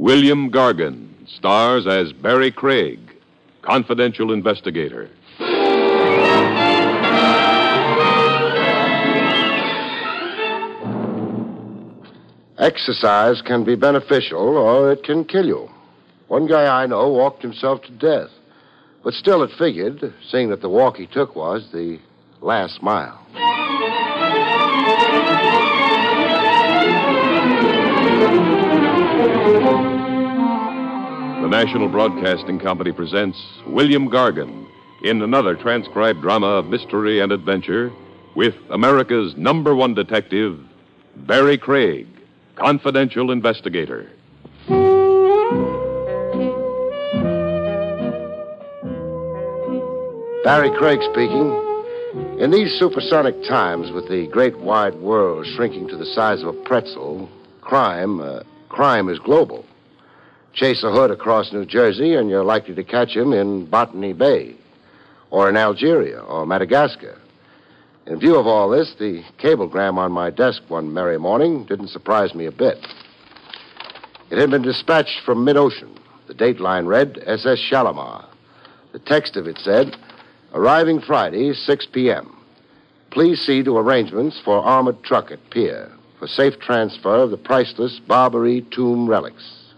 William Gargan stars as Barry Craig, confidential investigator. Exercise can be beneficial or it can kill you. One guy I know walked himself to death. But still, it figured, seeing that the walk he took was the last mile. The National Broadcasting Company presents William Gargan in another transcribed drama of mystery and adventure with America's number one detective, Barry Craig, confidential investigator. Barry Craig speaking. In these supersonic times, with the great wide world shrinking to the size of a pretzel, crime, uh, crime is global. Chase a hood across New Jersey, and you're likely to catch him in Botany Bay, or in Algeria, or Madagascar. In view of all this, the cablegram on my desk one merry morning didn't surprise me a bit. It had been dispatched from mid ocean. The date line read SS Shalimar. The text of it said, Arriving Friday, 6 p.m. Please see to arrangements for armored truck at pier for safe transfer of the priceless Barbary tomb relics.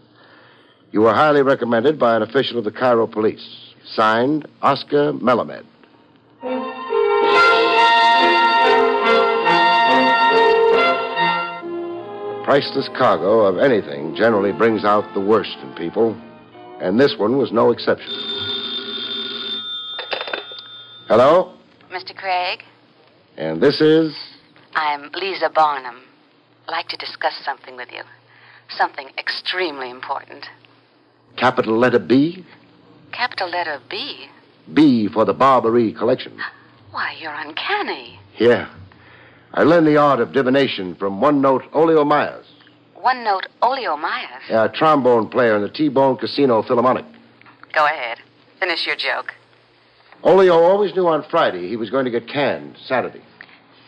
You are highly recommended by an official of the Cairo police. Signed, Oscar Melamed. Priceless cargo of anything generally brings out the worst in people, and this one was no exception. Hello? Mr. Craig, And this is. I'm Lisa Barnum. I'd like to discuss something with you. Something extremely important. Capital letter B? Capital letter B? B for the Barbary collection. Why, you're uncanny. Yeah. I learned the art of divination from one note Olio Myers, One note Olio Myers. a trombone player in the T Bone Casino Philharmonic. Go ahead. Finish your joke. Olio always knew on Friday he was going to get canned Saturday.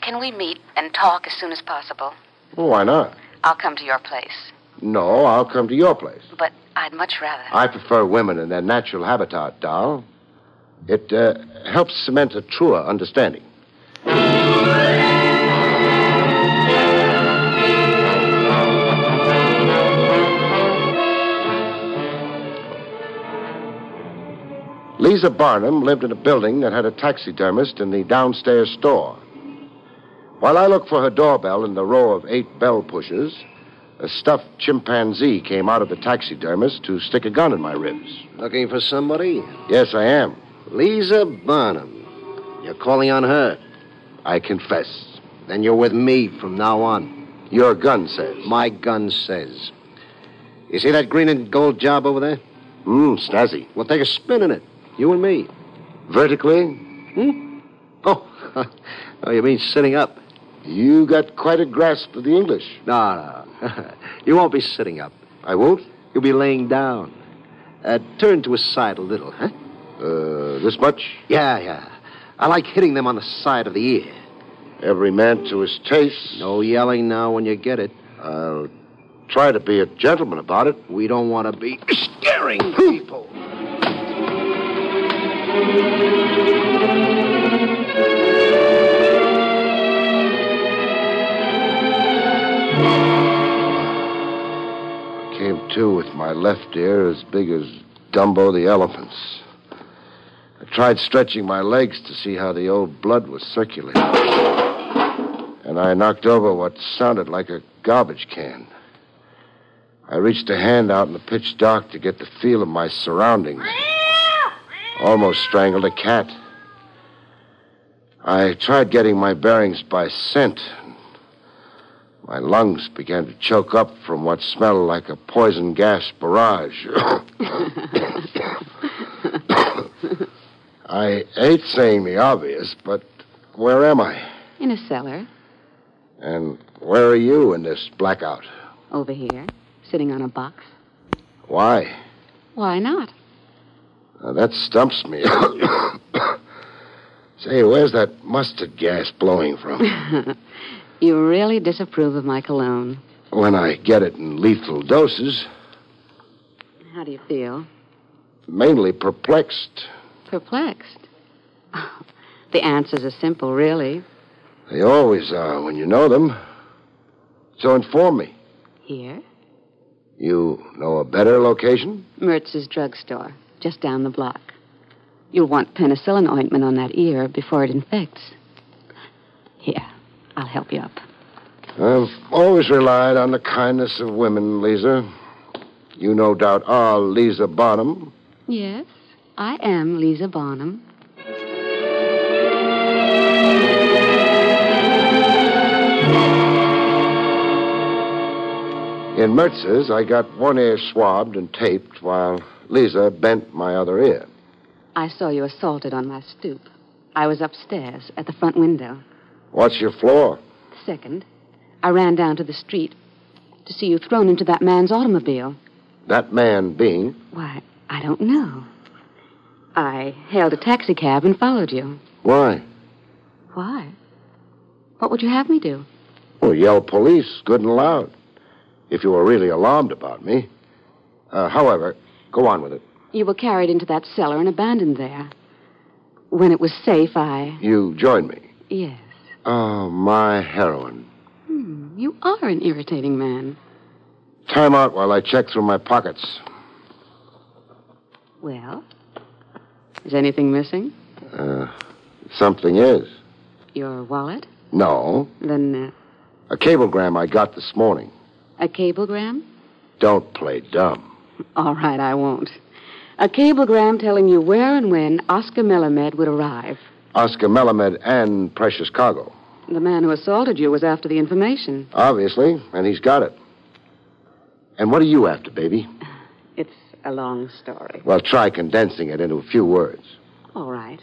Can we meet and talk as soon as possible? Well, why not? I'll come to your place, No, I'll come to your place. but I'd much rather. I prefer women in their natural habitat, doll. It uh, helps cement a truer understanding. Lisa Barnum lived in a building that had a taxidermist in the downstairs store. While I looked for her doorbell in the row of eight bell pushers, a stuffed chimpanzee came out of the taxidermist to stick a gun in my ribs. Looking for somebody? Yes, I am. Lisa Barnum. You're calling on her. I confess. Then you're with me from now on. Your gun says. My gun says. You see that green and gold job over there? Mmm, snazzy. We'll take a spin in it. You and me. Hmm? Vertically, Oh, oh you mean sitting up? you got quite a grasp of the English. No, no. you won't be sitting up. I won't. You'll be laying down. Uh, turn to a side a little, huh? Uh, this much? Yeah, yeah. I like hitting them on the side of the ear. Every man to his taste. No yelling now when you get it. I'll try to be a gentleman about it. We don't want to be Hmm. scaring people. Came to with my left ear as big as Dumbo the elephant's. I tried stretching my legs to see how the old blood was circulating. And I knocked over what sounded like a garbage can. I reached a hand out in the pitch dark to get the feel of my surroundings. Almost strangled a cat. I tried getting my bearings by scent, my lungs began to choke up from what smelled like a poison gas barrage. I hate saying the obvious, but where am I? In a cellar, And where are you in this blackout? over here, sitting on a box. Why? Why not? Now, that stumps me. Say, where's that mustard gas blowing from? You really disapprove of my cologne. When I get it in lethal doses. How do you feel? Mainly perplexed. Perplexed. the answers are simple, really. They always are when you know them. So inform me. Here? You know a better location? Mertz's drugstore, just down the block. You'll want penicillin ointment on that ear before it infects. Here, I'll help you up. I've always relied on the kindness of women, Lisa. You no doubt are Lisa Bonham. Yes, I am Lisa Bonham. In Mertz's, I got one ear swabbed and taped while Lisa bent my other ear. I saw you assaulted on my stoop. I was upstairs at the front window. What's your floor? Second, I ran down to the street to see you thrown into that man's automobile. That man being. Why, I don't know. I hailed a taxicab and followed you. Why? Why? What would you have me do? Well, yell police, good and loud. If you were really alarmed about me. Uh, however, go on with it. You were carried into that cellar and abandoned there. When it was safe, I. You join me. Yes. Oh, my heroine. Hmm, you are an irritating man. Time out while I check through my pockets. Well? Is anything missing? Uh, something is. Your wallet? No. Then A cablegram I got this morning. uh, a cablegram? Don't play dumb. All right, I won't. A cablegram telling you where and when Oscar Melamed would arrive. Oscar Melamed and Precious Cargo. The man who assaulted you was after the information. Obviously, and he's got it. And what are you after, baby? It's a long story. Well, try condensing it into a few words. All right.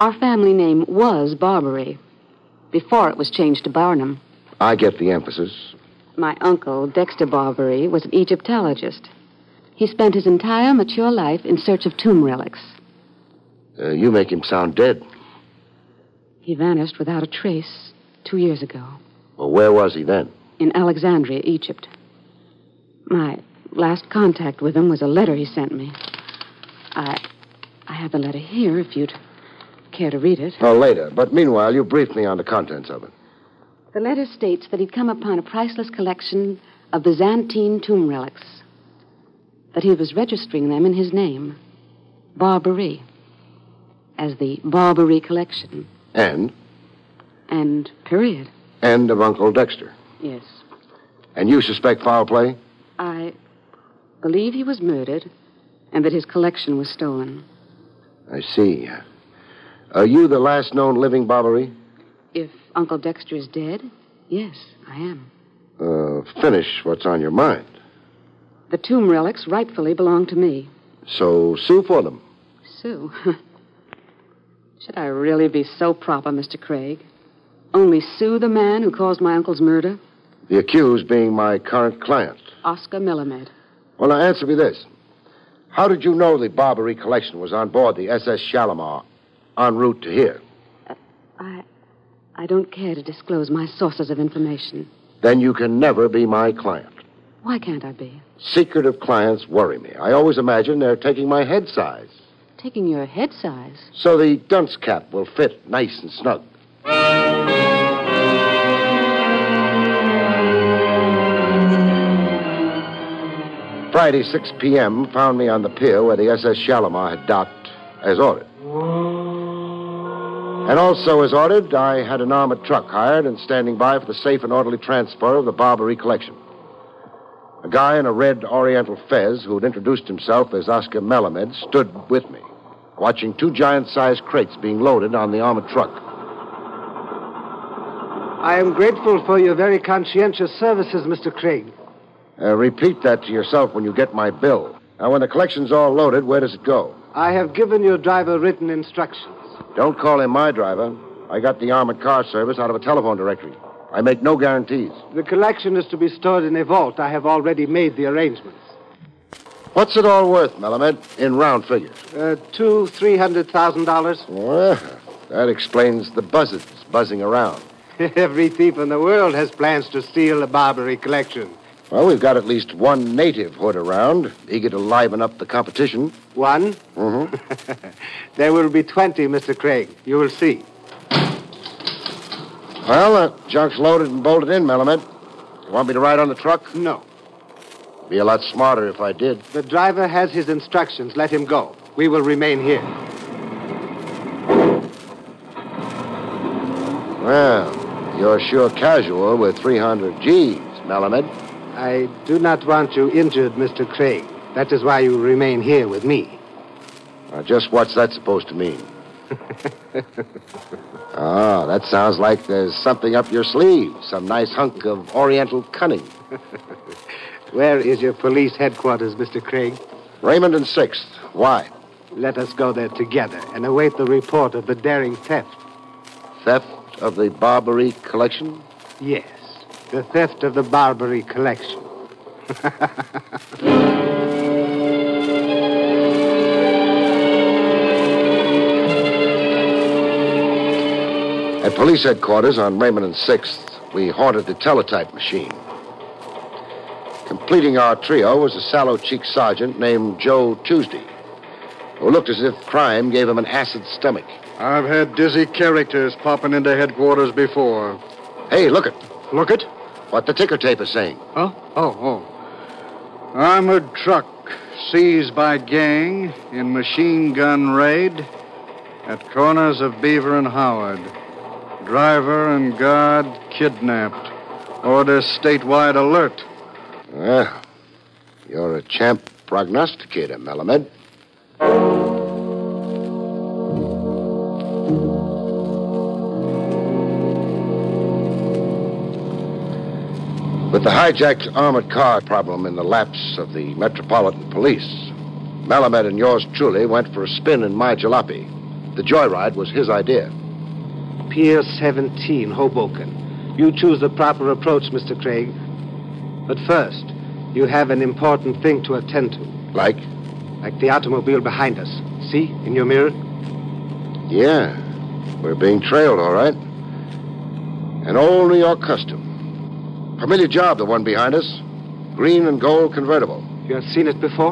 Our family name was Barbary before it was changed to Barnum. I get the emphasis. My uncle, Dexter Barbary, was an Egyptologist. He spent his entire mature life in search of tomb relics. Uh, you make him sound dead. He vanished without a trace two years ago Well, where was he then? in Alexandria, Egypt. My last contact with him was a letter he sent me. I, I have the letter here if you'd care to read it. Oh, later. But meanwhile, you brief me on the contents of it. The letter states that he'd come upon a priceless collection of Byzantine tomb relics, that he was registering them in his name, Barbary, as the Barbary collection, And? and period. And of Uncle Dexter. Yes. And you suspect foul play? I believe he was murdered and that his collection was stolen. I see. Are you the last known living Barbary? If Uncle Dexter is dead, yes, I am. Uh, finish what's on your mind. The tomb relics rightfully belong to me. So sue for them. Sue. Should I really be so proper, Mr. Craig? Only sue the man who caused my uncle's murder? The accused being my current client. Oscar Melamed. Well, now answer me this. How did you know the Barbary collection was on board the SS Shalimar en route to here? I. I don't care to disclose my sources of information. Then you can never be my client. Why can't I be? Secretive clients worry me. I always imagine they're taking my head size. Taking your head size. So the dunce cap will fit nice and snug. Friday, 6 p.m., found me on the pier where the SS Shalimar had docked as ordered. And also as ordered, I had an armored truck hired and standing by for the safe and orderly transfer of the Barbary collection. A guy in a red oriental fez who'd introduced himself as Oscar Melamed stood with me watching two giant sized crates being loaded on the armored truck. I am grateful for your very conscientious services, Mr. Craig. Uh, repeat that to yourself when you get my bill. Now, when the collection's all loaded, where does it go? I have given your driver written instructions. Don't call him my driver. I got the armored car service out of a telephone directory. I make no guarantees. The collection is to be stored in a vault. I have already made the arrangements. What's it all worth, Melamed, in round figures? Uh, two, three hundred thousand dollars. Well, that explains the buzzards buzzing around. Every thief in the world has plans to steal the Barbary collection. Well, we've got at least one native hood around, eager to liven up the competition. One? Mm-hmm. There will be 20, Mr. Craig. You will see. Well, uh, junk's loaded and bolted in, Melamed. You want me to ride on the truck? No. Be a lot smarter if I did. The driver has his instructions. Let him go. We will remain here. Well, you're sure casual with 300 G's, Melamed. I do not want you injured, Mr. Craig. That is why you remain here with me. Now, just what's that supposed to mean? Ah, that sounds like there's something up your sleeve. Some nice hunk of oriental cunning. Where is your police headquarters, Mr. Craig? Raymond and Sixth. Why? Let us go there together and await the report of the daring theft. Theft of the Barbary collection? Yes, the theft of the Barbary collection. At police headquarters on Raymond and 6th, we haunted the teletype machine. Completing our trio was a sallow cheeked sergeant named Joe Tuesday, who looked as if crime gave him an acid stomach. I've had dizzy characters popping into headquarters before. Hey, look it. Look it. What the ticker tape is saying. Huh? Oh, oh. Armored truck seized by gang in machine gun raid at corners of Beaver and Howard. Driver and guard kidnapped. Order statewide alert. Well, you're a champ prognosticator, Melamed. With the hijacked armored car problem in the laps of the Metropolitan Police, Melamed and yours truly went for a spin in my jalopy. The joyride was his idea. Pier 17, Hoboken. You choose the proper approach, Mr. Craig. But first, you have an important thing to attend to, Like? like the automobile behind us. See, in your mirror? Yeah, we're being trailed, all right. An old New York custom. Familiar job, the one behind us. Green and gold convertible. You have seen it before?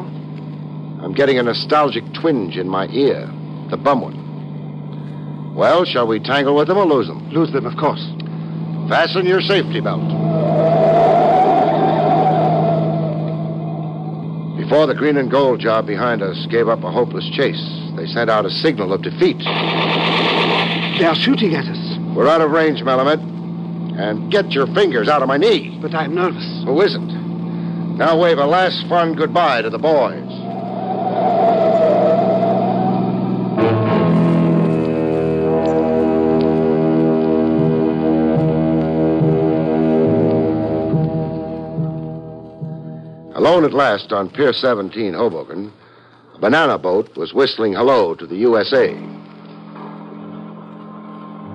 I'm getting a nostalgic twinge in my ear. The bum one. Well, shall we tangle with them or lose them? Lose them, of course. Fasten your safety belt. Before the green and gold job behind us gave up a hopeless chase, they sent out a signal of defeat. They are shooting at us, We're out of range, Melamed. And get your fingers out of my knee. but I'm nervous. Who isn't? Now wave a last fond goodbye to the boys. Alone at last on Pier 17, Hoboken, a banana boat was whistling hello to the USA.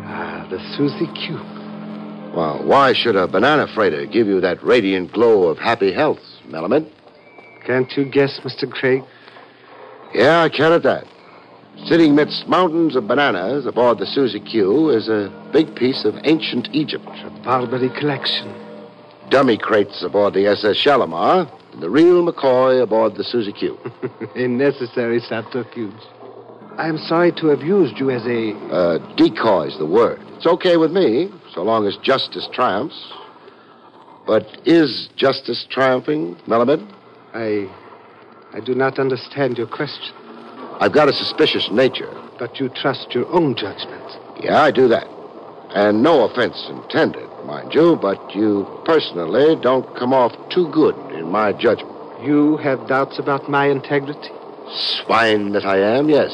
Ah, the Susie Q. Well, why should a banana freighter give you that radiant glow of happy health, Melamed? Can't you guess, Mr. Craig? Yeah, I can at that. Sitting amidst mountains of bananas aboard the Susie Q is a big piece of ancient Egypt. Barbary collection. Dummy crates aboard the SS Shalimar, and the real McCoy aboard the Susie Q. A necessary subterfuge. I am sorry to have used you as a Uh, decoy's the word. It's okay with me, so long as justice triumphs. But is justice triumphing, Melamed? I. I do not understand your question, I've got a suspicious nature. but you trust your own judgment. Yeah, I do that. And no offense intended, mind you, but you personally don't come off too good in my judgment. You have doubts about my integrity? Swine that I am, yes.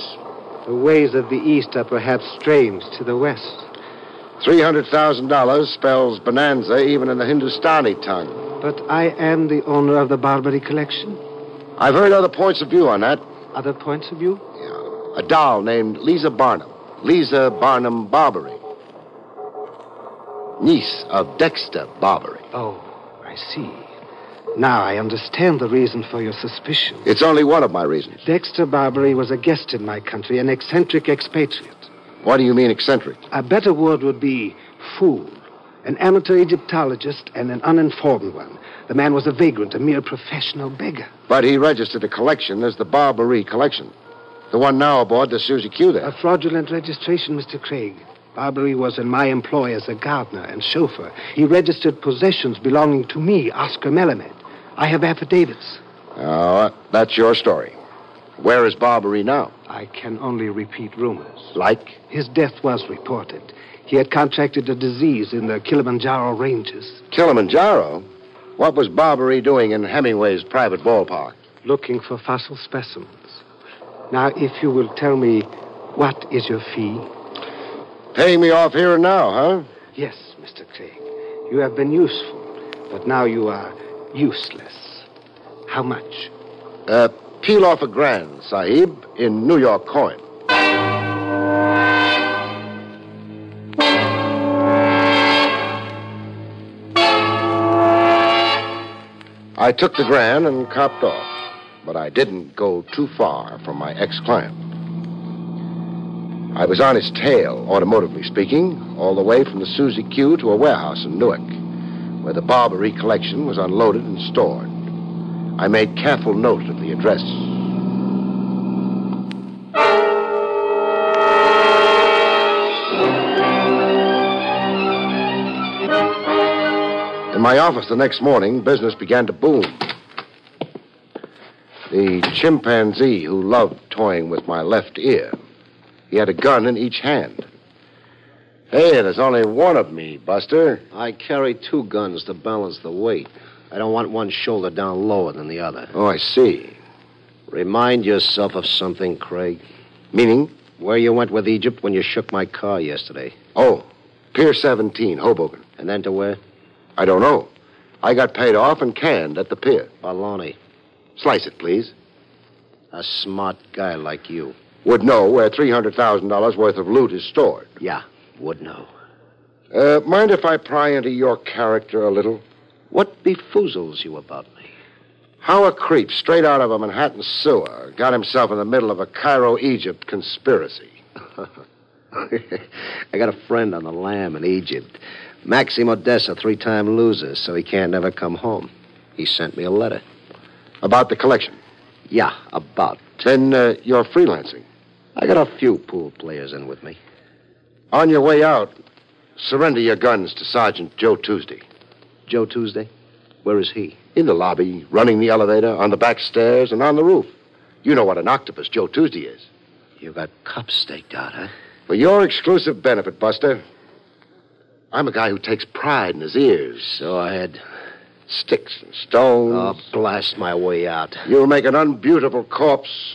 The ways of the East are perhaps strange to the West. $300,000 spells bonanza even in the Hindustani tongue. But I am the owner of the Barbary collection. I've heard other points of view on that. Other points of view? A doll named Lisa Barnum. Lisa Barnum Barbary. Niece of Dexter Barbary. Oh, I see. Now I understand the reason for your suspicion. It's only one of my reasons. Dexter Barbary was a guest in my country, an eccentric expatriate. What do you mean eccentric? A better word would be fool. An amateur Egyptologist and an uninformed one. The man was a vagrant, a mere professional beggar. But he registered the collection as the Barbary collection. The one now aboard the Susie Q there. A fraudulent registration, Mr. Craig. Barbary was in my employ as a gardener and chauffeur. He registered possessions belonging to me, Oscar Melamed. I have affidavits. Oh, that's your story. Where is Barbary now? I can only repeat rumors. Like? His death was reported. He had contracted a disease in the Kilimanjaro ranges, Kilimanjaro? What was Barbary doing in Hemingway's private ballpark? looking for fossil specimens. Now, if you will tell me, what is your fee? Paying me off here and now, huh? Yes, Mr. Craig. You have been useful, but now you are useless. How much? Uh, peel off a grand, Sahib, in New York coin. I took the grand and copped off, but I didn't go too far from my ex client. I was on his tail, automotively speaking, all the way from the Susie Q to a warehouse in Newark, where the Barbary collection was unloaded and stored. I made careful note of the address. In my office the next morning, business began to boom. The chimpanzee who loved toying with my left ear, he had a gun in each hand. Hey, there's only one of me, Buster. I carry two guns to balance the weight. I don't want one shoulder down lower than the other. Oh, I see. Remind yourself of something, Craig. Meaning? Where you went with Egypt when you shook my car yesterday. Oh, Pier 17, Hoboken. And then to where? I don't know. I got paid off and canned at the pier. Baloney. Slice it, please. A smart guy like you. Would know where $300,000 worth of loot is stored. Yeah, would know. Uh, mind if I pry into your character a little? What befoozles you about me? How a creep straight out of a Manhattan sewer got himself in the middle of a Cairo, Egypt conspiracy. I got a friend on the lam in Egypt. Maxim Odessa, three time loser, so he can't never come home. He sent me a letter. About the collection. Yeah, about. Then uh, you're freelancing. I got a few pool players in with me. On your way out, surrender your guns to Sergeant Joe Tuesday. Joe Tuesday? Where is he? In the lobby, running the elevator, on the back stairs, and on the roof. You know what an octopus Joe Tuesday is. You got cops staked out, huh? For your exclusive benefit, Buster, I'm a guy who takes pride in his ears, So I had. sticks and stones. Oh, blast my way out. You'll make an unbeautiful corpse.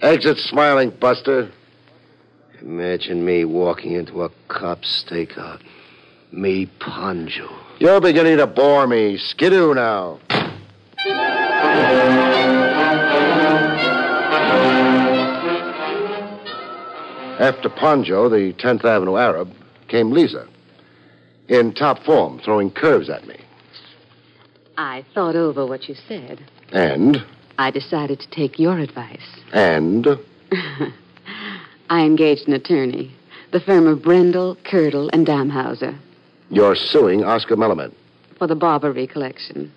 Exit smiling, Buster. Imagine me walking into a cop stakeout. Me, Ponjo. You're beginning to bore me. Skidoo now. After Ponjo, the 10th Avenue Arab, came Lisa. In top form, throwing curves at me. I thought over what you said. And, I decided to take your advice. and, I engaged an attorney, the firm of Brendel, Curdle, and Damhauser, you're suing Oscar Melamed. for the Barbary collection.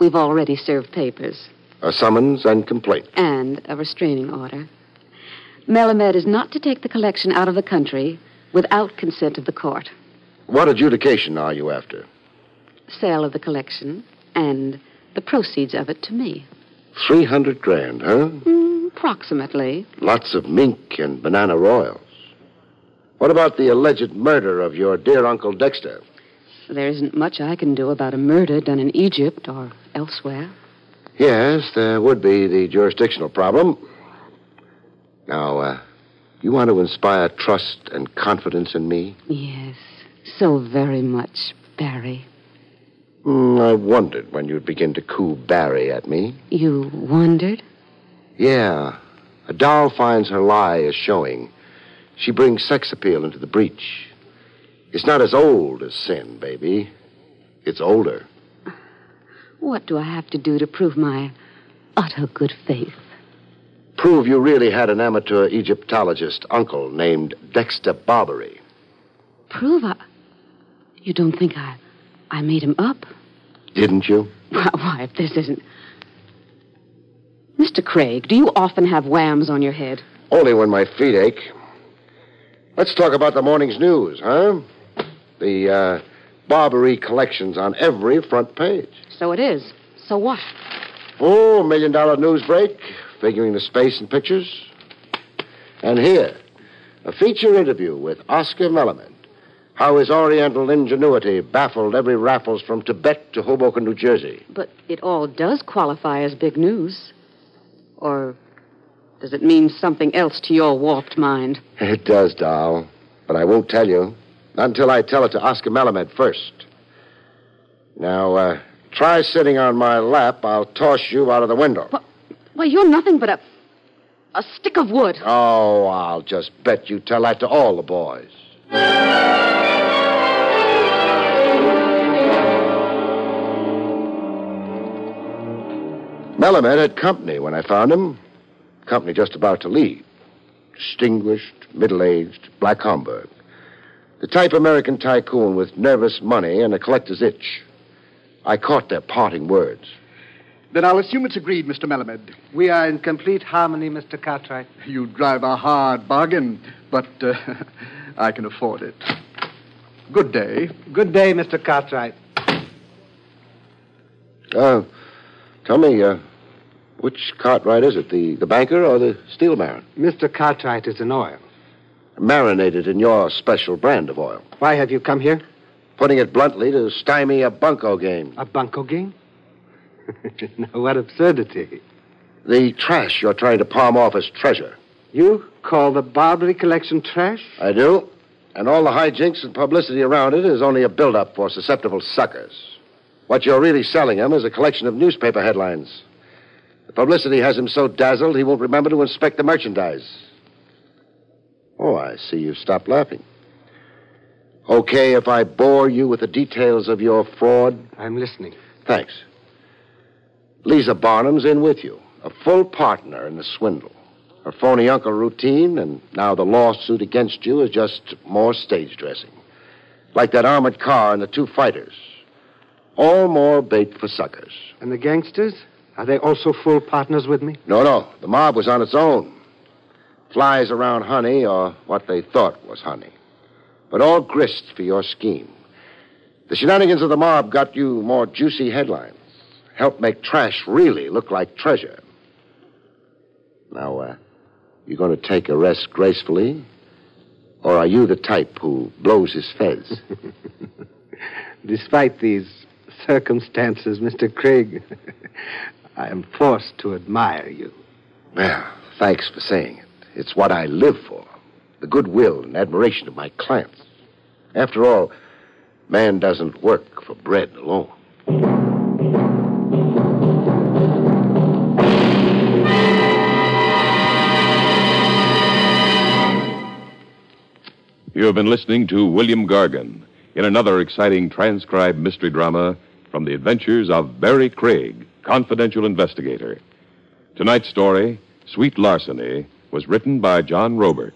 We've already served papers A summons and complaint. and a restraining order. Melamed is not to take the collection out of the country without consent of the court. What adjudication are you after? Sale of the collection and the proceeds of it to me. 300 grand, huh? Hmm, approximately. Lots of mink and banana royals. What about the alleged murder of your dear Uncle Dexter? There isn't much I can do about a murder done in Egypt or elsewhere. Yes, there would be the jurisdictional problem. Now, uh, you want to inspire trust and confidence in me? Yes, so very much, Barry. Hmm, I wondered when you'd begin to coo Barry at me. You wondered? Yeah, a doll finds her lie is showing. She brings sex appeal into the breach. It's not as old as sin, baby. It's older. What do I have to do to prove my utter good faith? prove you really had an amateur Egyptologist uncle named Dexter Barbary. Prove I. You don't think I. I made him up? Didn't you? Why, why, if this isn't. Mr. Craig, do you often have whams on your head? Only when my feet ache. Let's talk about the morning's news, huh? The uh, Barbary collections on every front page. So it is. So what? Full million dollar news break, figuring the space and pictures. And here, a feature interview with Oscar Melamond. How his oriental ingenuity baffled every Raffles from Tibet to Hoboken, New Jersey. But it all does qualify as big news. Or does it mean something else to your warped mind? It does, doll. But I won't tell you. Not until I tell it to Oscar Malamed first. Now, uh, try sitting on my lap. I'll toss you out of the window. Well, you're nothing but a. a stick of wood. Oh, I'll just bet you tell that to all the boys. Melamed had company when I found him. Company just about to leave. Distinguished, middle aged, Black Homburg. The type American tycoon with nervous money and a collector's itch. I caught their parting words. Then I'll assume it's agreed, Mr. Melamed. We are in complete harmony, Mr. Cartwright. You drive a hard bargain, but uh, I can afford it. Good day. Good day, Mr. Cartwright. Uh, tell me, uh, which Cartwright is it? The, the banker or the steel baron? Mr. Cartwright is in oil. Marinated in your special brand of oil. Why have you come here? Putting it bluntly, to stymie a bunco game. A bunco game? now, what absurdity. The trash you're trying to palm off as treasure. You call the Barbary collection trash? I do. And all the hijinks and publicity around it is only a build-up for susceptible suckers. What you're really selling him is a collection of newspaper headlines. The publicity has him so dazzled he won't remember to inspect the merchandise. Oh, I see you've stopped laughing. Okay, if I bore you with the details of your fraud, I'm listening. thanks. Lisa Barnum's in with you, a full partner in the swindle. Her phony uncle routine, and now the lawsuit against you is just more stage dressing. Like that armored car and the two fighters. All more bait for suckers. And the gangsters? Are they also full partners with me? No, no, the mob was on its own. Flies around honey, or what they thought was honey. But all grist for your scheme. The shenanigans of the mob got you more juicy headlines. Helped make trash really look like treasure. Now, uh, you going to take a rest gracefully? Or are you the type who blows his fez? Despite these circumstances, Mr. Craig, I am forced to admire you. well, thanks for saying it. It's what I live for the goodwill and admiration of my clients. After all, man doesn't work for bread alone. You have been listening to William Gargan in another exciting transcribed mystery drama from the adventures of Barry Craig, confidential investigator. Tonight's story, Sweet Larceny, was written by John Robert.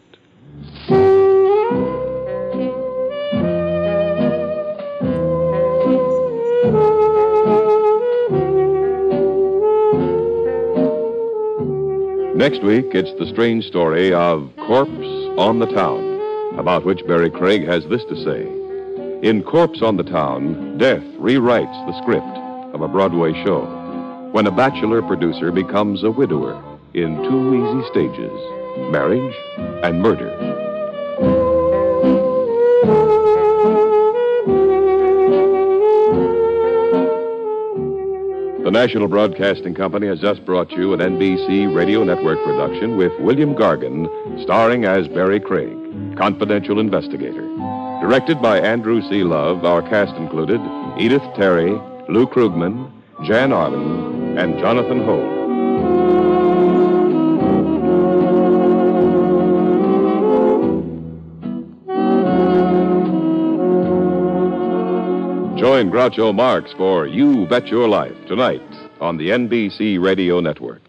Next week, it's the strange story of Corpse on the Town about which Barry Craig has this to say. In Corpse on the Town, death rewrites the script of a Broadway show when a bachelor producer becomes a widower in two easy stages marriage and murder. The National Broadcasting Company has just brought you an NBC Radio Network production with William Gargan, starring as Barry Craig, confidential investigator. Directed by Andrew C. Love, our cast included Edith Terry, Lou Krugman, Jan Arden, and Jonathan Holt. Join Groucho Marx for You Bet Your Life tonight on the NBC Radio Network.